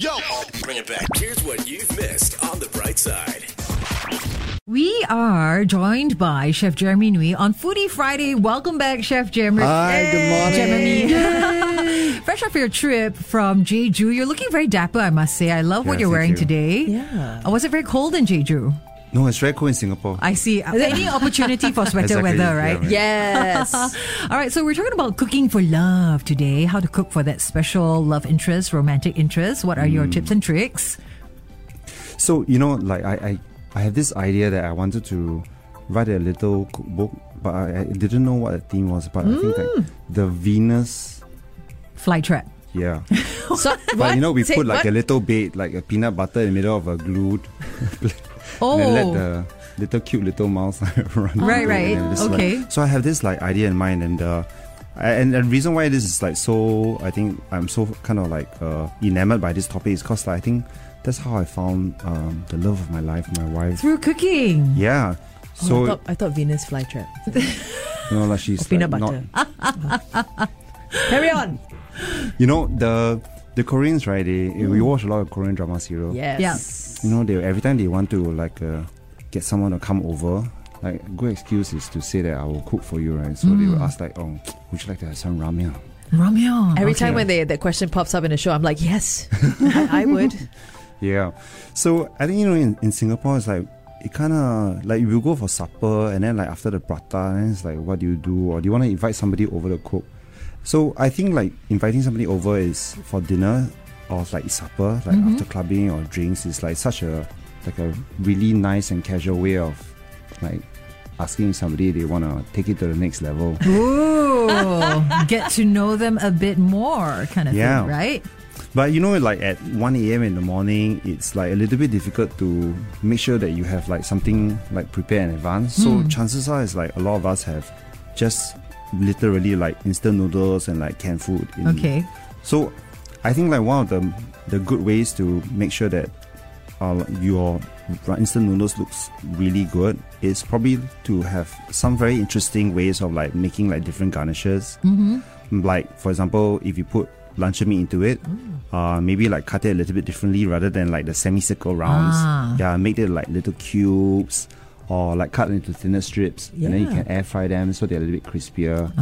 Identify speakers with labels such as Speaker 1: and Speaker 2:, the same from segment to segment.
Speaker 1: Yo,
Speaker 2: Bring it back. Here's what you've missed on the bright side.
Speaker 3: We are joined by Chef Jeremy Nui on Foodie Friday. Welcome back, Chef Jeremy.
Speaker 4: Hi, good morning.
Speaker 3: Jeremy. Fresh off your trip from Jeju, you're looking very dapper, I must say. I love what
Speaker 4: Yeah,
Speaker 3: you're
Speaker 4: thank
Speaker 3: wearing
Speaker 4: you.
Speaker 3: today. Yeah. was it very cold in Jeju?
Speaker 4: No, it's very cool in Singapore.
Speaker 3: I see. Any opportunity for sweater
Speaker 4: Exactly,
Speaker 3: weather,
Speaker 4: yeah,
Speaker 3: right?
Speaker 4: right.
Speaker 5: Yes.
Speaker 3: All right, so we're talking about cooking for love today. How to cook for that special love interest, romantic interest. What are your
Speaker 4: Mm.
Speaker 3: tips and tricks?
Speaker 4: So you know, like I, I, I had this idea that I wanted to write a little cookbook, but I, I didn't know what the theme was. But I think
Speaker 5: Mm.
Speaker 4: like the Venus,
Speaker 3: Fly trap.
Speaker 4: yeah.
Speaker 5: so,
Speaker 4: but you know, we
Speaker 5: Say
Speaker 4: put
Speaker 5: what?
Speaker 4: like a little bait, like a peanut butter in the middle of a glued,
Speaker 3: Oh,
Speaker 4: and then let the little cute little mouse like, run.
Speaker 3: Right,
Speaker 4: through
Speaker 3: right.
Speaker 4: it and then just, like-
Speaker 3: Okay.
Speaker 4: so I have this like idea in mind, and uh, I- and the reason why this is like so, I think I'm so kind of like uh, enamored by this topic is because like, I think that's how I found um, the love of my life, my wife.
Speaker 3: through cooking.
Speaker 4: Yeah. So
Speaker 3: Oh
Speaker 6: I, thought, I thought Venus flytrap.
Speaker 4: you know, like she's
Speaker 6: peanut
Speaker 4: like,
Speaker 6: butter. Carry on.
Speaker 4: Not, you know the the Koreans, right? They we
Speaker 3: Mm.
Speaker 4: watch a lot of Korean drama serial.
Speaker 6: Yes.
Speaker 4: You know, they every time they want to like uh, get someone to come over, like good excuse is to say that I will cook for you, right? So they will ask like, oh, would you like to have some ramen?
Speaker 3: Ramyeon.
Speaker 6: Every
Speaker 3: Okay.
Speaker 6: time when they, that question pops up in a show, I'm like, yes, I, I would.
Speaker 4: Yeah. So I think you know in, in Singapore it's like it kind of like you go for supper and then like after the prata, and it's like what do you do or do you want to invite somebody over to cook? So I think like inviting somebody over is for dinner or like supper, like after clubbing or drinks is like such a like a really nice and casual way of like asking somebody they want to take it to the next level.
Speaker 3: Ooh, get to know them a bit more, kind of
Speaker 4: Yeah.
Speaker 3: thing, right?
Speaker 4: But you know, like at 1 a.m. in the morning, it's like a little bit difficult to make sure that you have like something like prepared in advance. So chances are, it's like a lot of us have just literally like instant noodles and like canned food. In.
Speaker 3: Okay.
Speaker 4: So I think like one of the the good ways to make sure that uh, your instant noodles looks really good is probably to have some very interesting ways of like making like different garnishes. Mm-hmm. Like for example, if you put luncheon meat into it, uh, maybe like cut it a little bit differently rather than like the semicircle rounds.
Speaker 3: Ah.
Speaker 4: Yeah, make it like little cubes. Or like cut into thinner strips, and then you
Speaker 6: Yeah.
Speaker 4: can air fry them so they're a little bit crispier.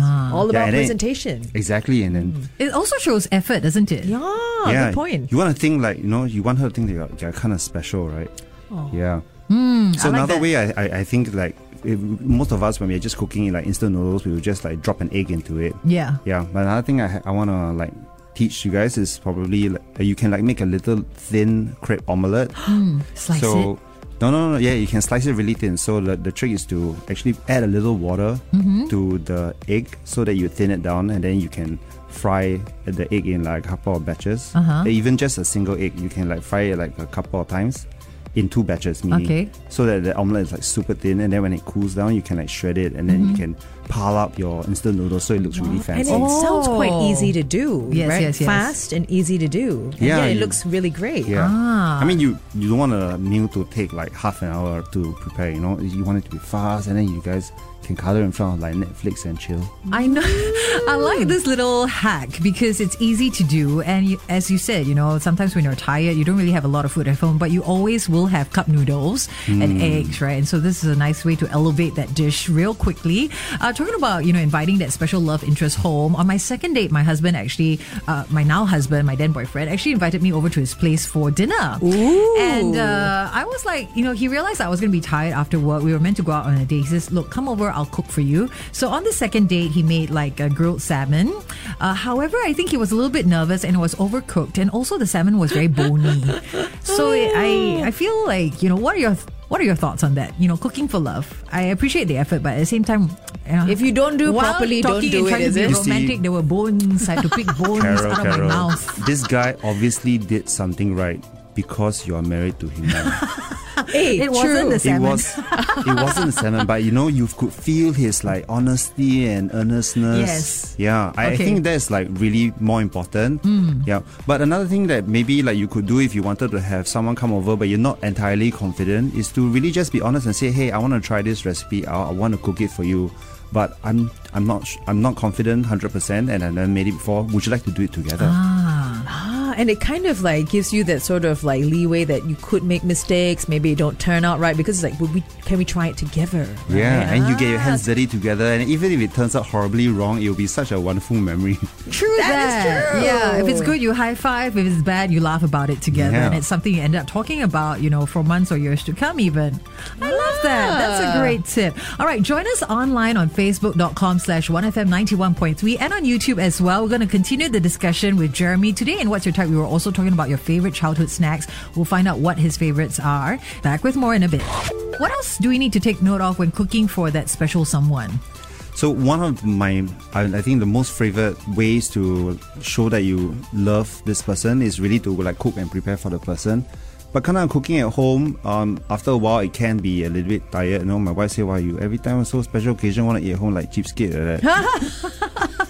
Speaker 4: Yeah,
Speaker 6: All about
Speaker 4: and then-
Speaker 6: presentation.
Speaker 4: Exactly, and then
Speaker 3: It also shows effort, doesn't it?
Speaker 6: Yeah, Ah, good point.
Speaker 4: you want to think like you know, you want her to think that you're, you're kind of special, right?
Speaker 6: Oh.
Speaker 4: Yeah. so
Speaker 3: Hmm, I like
Speaker 4: another
Speaker 3: that.
Speaker 4: way, I, I I think like if, most of us when we're just cooking like instant noodles, we will just like drop an egg into it.
Speaker 3: Yeah.
Speaker 4: Yeah. But another thing I ha- I want to like teach you guys is probably like, you can like make a little thin crepe omelette.
Speaker 3: Slice
Speaker 4: so.
Speaker 3: it.
Speaker 4: No, no, no. Yeah, you can slice it really thin. So the, the trick is to actually add a little water
Speaker 3: Mm-hmm.
Speaker 4: to the egg so that you thin it down, and then you can fry the egg in like a couple of batches.
Speaker 3: Uh-huh.
Speaker 4: Even just a single egg, you can like fry it like a couple of times in two batches, meaning
Speaker 3: Okay.
Speaker 4: so that the omelette is like super thin, and then when it cools down, you can like shred it, and then you
Speaker 3: Mm-hmm.
Speaker 4: can pile up your instant noodles so it looks really
Speaker 6: And
Speaker 4: fancy.
Speaker 6: it sounds quite
Speaker 3: Oh.
Speaker 6: easy to do,
Speaker 3: Yes,
Speaker 6: right?
Speaker 3: yes, yes.
Speaker 6: Fast and easy to do. And
Speaker 4: Yeah,
Speaker 6: yet it
Speaker 4: you-
Speaker 6: looks really great.
Speaker 4: Yeah.
Speaker 3: Ah.
Speaker 4: I mean, you you don't want a meal to take like half an hour to prepare. You know, you want it to be fast, and then you guys can cuddle in front of like Netflix and chill.
Speaker 3: I know. I like this little hack because it's easy to do. And you, as you said, you know, sometimes when you're tired, you don't really have a lot of food at home, but you always will have cup noodles
Speaker 4: Hmm.
Speaker 3: and eggs, right? And so this is a nice way to elevate that dish real quickly. Uh, talking about, you know, inviting that special love interest home. On my second date, my husband actually, uh, my now husband, my then boyfriend, actually invited me over to his place for dinner. Ooh. And uh, I was like, you know, he realized I was going to be tired after work. We were meant to go out on a date. He says, look, come over, I'll cook for you. So on the second date, he made like a grilled salmon. Uh, however, I think he was a little bit nervous and it was overcooked. And also the salmon was very bony. so it,
Speaker 6: Oh.
Speaker 3: I, I feel like, you know, what are your... What are your thoughts on that? You know, cooking for love. I appreciate the effort, but at the same time, you know,
Speaker 6: If you don't do
Speaker 3: while
Speaker 6: properly, don't
Speaker 3: talking
Speaker 6: do
Speaker 3: and
Speaker 6: it,
Speaker 3: trying
Speaker 6: is
Speaker 3: to be
Speaker 6: it?
Speaker 4: You see-
Speaker 3: romantic, there were bones. I had to pick bones
Speaker 4: Carol,
Speaker 3: out of my
Speaker 4: Carol,
Speaker 3: mouth.
Speaker 4: this guy obviously did something right because you are married to him. now.
Speaker 6: Hey,
Speaker 3: It wasn't
Speaker 6: true.
Speaker 3: the
Speaker 4: it
Speaker 3: salmon.
Speaker 4: was it wasn't a salmon, but you know you could feel his like honesty and earnestness.
Speaker 3: Yes.
Speaker 4: Yeah, I, I
Speaker 3: Okay. Hmm.
Speaker 4: think that's like really more important. Yeah, but another thing that maybe like you could do if you wanted to have someone come over, but you're not entirely confident, is to really just be honest and say, hey, I want to try this recipe out. I want to cook it for you. But I'm I'm not sh- I'm not confident 100% and I've never made it before. Would you like to do it together?
Speaker 6: Ah, and it kind of like gives you that sort of like leeway that you could make mistakes, maybe it don't turn out right because it's like, would we can we try it together? right?
Speaker 4: Yeah, and you get your
Speaker 6: Ah,
Speaker 4: hands dirty together, and even if it turns out horribly wrong, it will be such a wonderful memory.
Speaker 3: True that.
Speaker 6: That is true.
Speaker 3: Yeah, if it's good, you high five. If it's bad, you laugh about it together,
Speaker 4: Yeah.
Speaker 3: and it's something you end up talking about, you know, for months or years to come. Even I love that. That's a great tip. All right, join us online on Facebook.com/slash One FM ninety one point three and on YouTube as well. We're going to continue the discussion with Jeremy today. And what's your type? We were also talking about your favorite childhood snacks. We'll find out what his favorites are. Back with more in a bit. What else do we need to take note of when cooking for that special someone?
Speaker 4: So one of my, I, I think the most favorite ways to show that you love this person is really to like cook and prepare for the person. But kind of cooking at home, um, after a while it can be a little bit tired. You know, my wife say, "Why you every time so special occasion want to eat at home like cheapskate like that."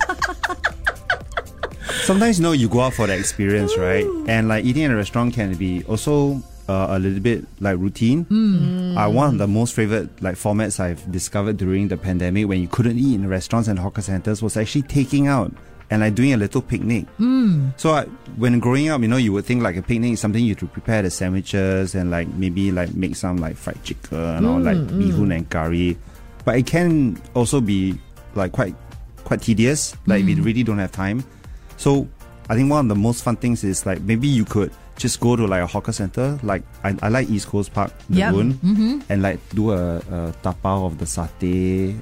Speaker 4: Sometimes you know you go out for the experience, right? And like eating at a restaurant can be also uh, a little bit like routine. Uh, one of the most favorite like formats I've discovered during the pandemic when you couldn't eat in restaurants and hawker centers was actually taking out and like doing a little picnic. So I, when growing up, you know, you would think like a picnic is something you to prepare the sandwiches and like maybe like make some like fried chicken or like
Speaker 3: Mm,
Speaker 4: bihun and curry. But it can also be like quite quite tedious, like
Speaker 3: Mm.
Speaker 4: if you really don't have time. So I think one of the most fun things is like maybe you could just go to like a hawker center. Like I, I like East Coast Park
Speaker 3: Yep.
Speaker 4: Lagoon
Speaker 3: Mm-hmm.
Speaker 4: and like do a, a tapao of the satay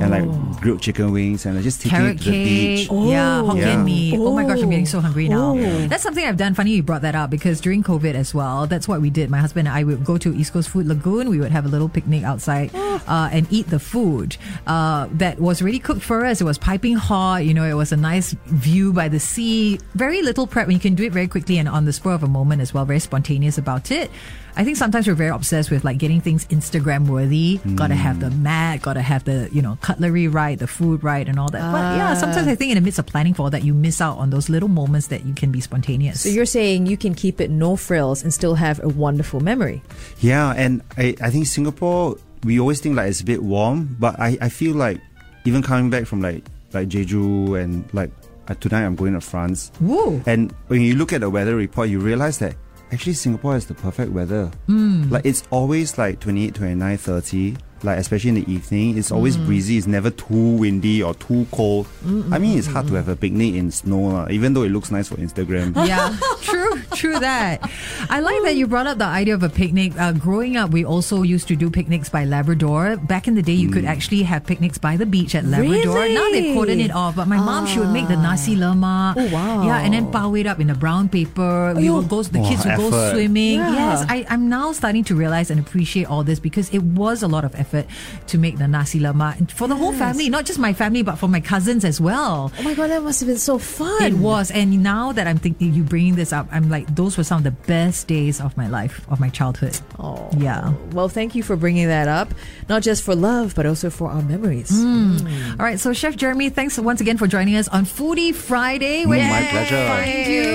Speaker 4: and like grilled chicken wings and like, just take
Speaker 3: Oh. carrot
Speaker 4: it to the
Speaker 3: cake,
Speaker 4: beach.
Speaker 3: yeah,
Speaker 6: Oh.
Speaker 3: Hokkien
Speaker 4: Yeah.
Speaker 3: mee. Oh. my gosh, I'm getting so hungry now.
Speaker 6: Oh. Yeah.
Speaker 3: That's something I've done. Funny you brought that up because during COVID as well, that's what we did. My husband and I would go to East Coast Food Lagoon. We would have a little picnic outside
Speaker 6: Ah.
Speaker 3: uh, and eat the food uh, that was already cooked for us. It was piping hot. You know, it was a nice view by the sea. Very little prep, and you can do it very quickly and on the spur of a moment as well. Very spontaneous about it. I think sometimes we're very obsessed with like getting things Instagram worthy. Gotta have the mat, gotta have the, you know, cutlery right, the food right, and all that. But yeah, sometimes I think in the midst of planning for all that, you miss out on those little moments that you can be spontaneous.
Speaker 6: So you're saying you can keep it no frills and still have a wonderful memory.
Speaker 4: Yeah, and I, I think Singapore we always think like it's a bit warm, but I, I feel like even coming back from like like Jeju and like uh, tonight I'm going to France.
Speaker 3: Woo.
Speaker 4: And when you look at the weather report, you realize that actually Singapore is the perfect weather. Mm. Like it's always like 28, 29, 30. Like especially in the evening, it's always breezy. It's never too windy or too cold. I mean, it's hard to have a picnic in snow, lah, even though it looks nice for Instagram.
Speaker 3: yeah, true, true that. I like that you brought up the idea of a picnic. Uh, growing up, we also used to do picnics by Labrador. Back in the day, you could actually have picnics by the beach at Labrador. Now they've
Speaker 6: Mm. Really? Ah.
Speaker 3: cordoned it off, but my mom, she would make the nasi lemak.
Speaker 6: Oh, wow.
Speaker 3: Yeah, and then power it up in a brown paper. We
Speaker 6: Aiyo.
Speaker 3: would go, the kids would
Speaker 4: Wow,
Speaker 3: go
Speaker 4: effort.
Speaker 3: swimming.
Speaker 6: Yeah.
Speaker 3: Yes, I, I'm now starting to realize and appreciate all this because it was a lot of effort to make the nasi lemak And for the whole family, not just my family, but for my cousins as well.
Speaker 6: Oh my god, that must have been so fun.
Speaker 3: It was, and now that I'm thinking, you bringing this up, I'm like, those were some of the best days of my life, of my childhood.
Speaker 6: Oh.
Speaker 3: Yeah.
Speaker 6: Well, thank you for bringing that up, not just for love, but also for our memories.
Speaker 3: All right, so Chef Jeremy, thanks once again for joining us on Foodie Friday. Where
Speaker 4: Mm, my
Speaker 3: can we
Speaker 4: pleasure.
Speaker 3: Find you.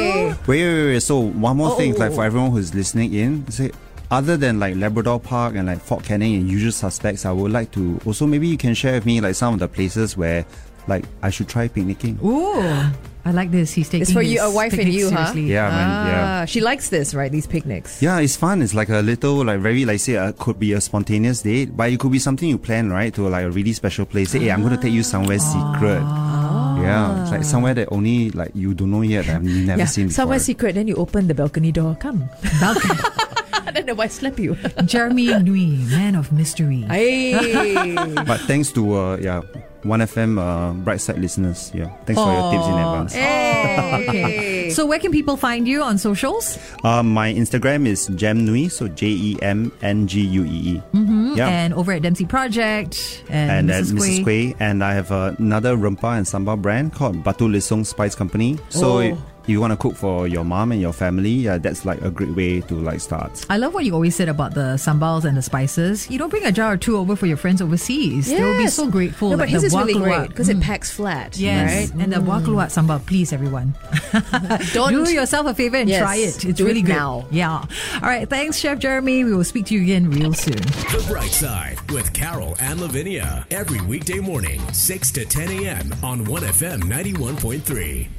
Speaker 4: Wait, wait, wait, wait. So one more thing, like for
Speaker 6: Oh.
Speaker 4: everyone who's listening in, say other than like Labrador Park and like Fort Canning and usual suspects, I would like to also maybe you can share with me like some of the places where like I should try picnicking.
Speaker 3: Ooh, I like this. He's taking
Speaker 6: It's for you,
Speaker 3: his
Speaker 6: a wife and
Speaker 3: picnic
Speaker 6: you, huh?
Speaker 3: seriously.
Speaker 4: Yeah, man.
Speaker 6: Ah,
Speaker 4: Yeah.
Speaker 6: She likes this, right? These picnics.
Speaker 4: Yeah, it's fun. It's like a little, like very, like say, uh, could be a spontaneous date, but it could be something you plan, right? To like a really special place. Say, hey, I'm going to take you somewhere
Speaker 6: Ah.
Speaker 4: secret. Yeah, it's like somewhere that only like you don't know yet. that I've never
Speaker 6: Yeah,
Speaker 4: seen before.
Speaker 6: somewhere secret. Then you open the balcony door. Come,
Speaker 3: Balcony.
Speaker 6: then the wife slap you.
Speaker 3: Uh, Jeremy Nui, man of mystery.
Speaker 6: Hey.
Speaker 4: But thanks to uh, yeah, One FM uh, bright side listeners. Yeah, thanks for your tips in advance.
Speaker 6: Oh, Eh.
Speaker 3: okay. So, where can people find you on socials?
Speaker 4: Uh, my Instagram is Gemnui, so J E M N G U E E. Yeah.
Speaker 3: And over at Dempsey Project
Speaker 4: And,
Speaker 3: and,
Speaker 4: at Mrs. Quay, and I have uh, another rumpa and sambal brand called Batu Lisong Spice Company. So
Speaker 6: Oh.
Speaker 4: if you want to cook for your mom and your family, yeah, that's like a great way to like start.
Speaker 3: I love what you always said about the sambals and the spices. You don't bring a jar or two over for your friends overseas. They'll be
Speaker 6: Yes.
Speaker 3: so grateful.
Speaker 6: No, but
Speaker 3: like
Speaker 6: his
Speaker 3: the Mm.
Speaker 6: is really
Speaker 3: wak
Speaker 6: great
Speaker 3: luwak.
Speaker 6: because it packs flat.
Speaker 3: Yes,
Speaker 6: Right? Mm.
Speaker 3: and the wak luwak sambal, please, everyone.
Speaker 6: Don't.
Speaker 3: Do yourself a favor and
Speaker 6: Yes,
Speaker 3: try it. It's
Speaker 6: do
Speaker 3: really
Speaker 6: it
Speaker 3: good.
Speaker 6: now.
Speaker 3: Yeah. All right. Thanks, Chef Jeremy. We will speak to you again real soon.
Speaker 2: The Bright Side with Carol and Lavinia. Every weekday morning, 6 to 10 a.m. on 1FM 91.3.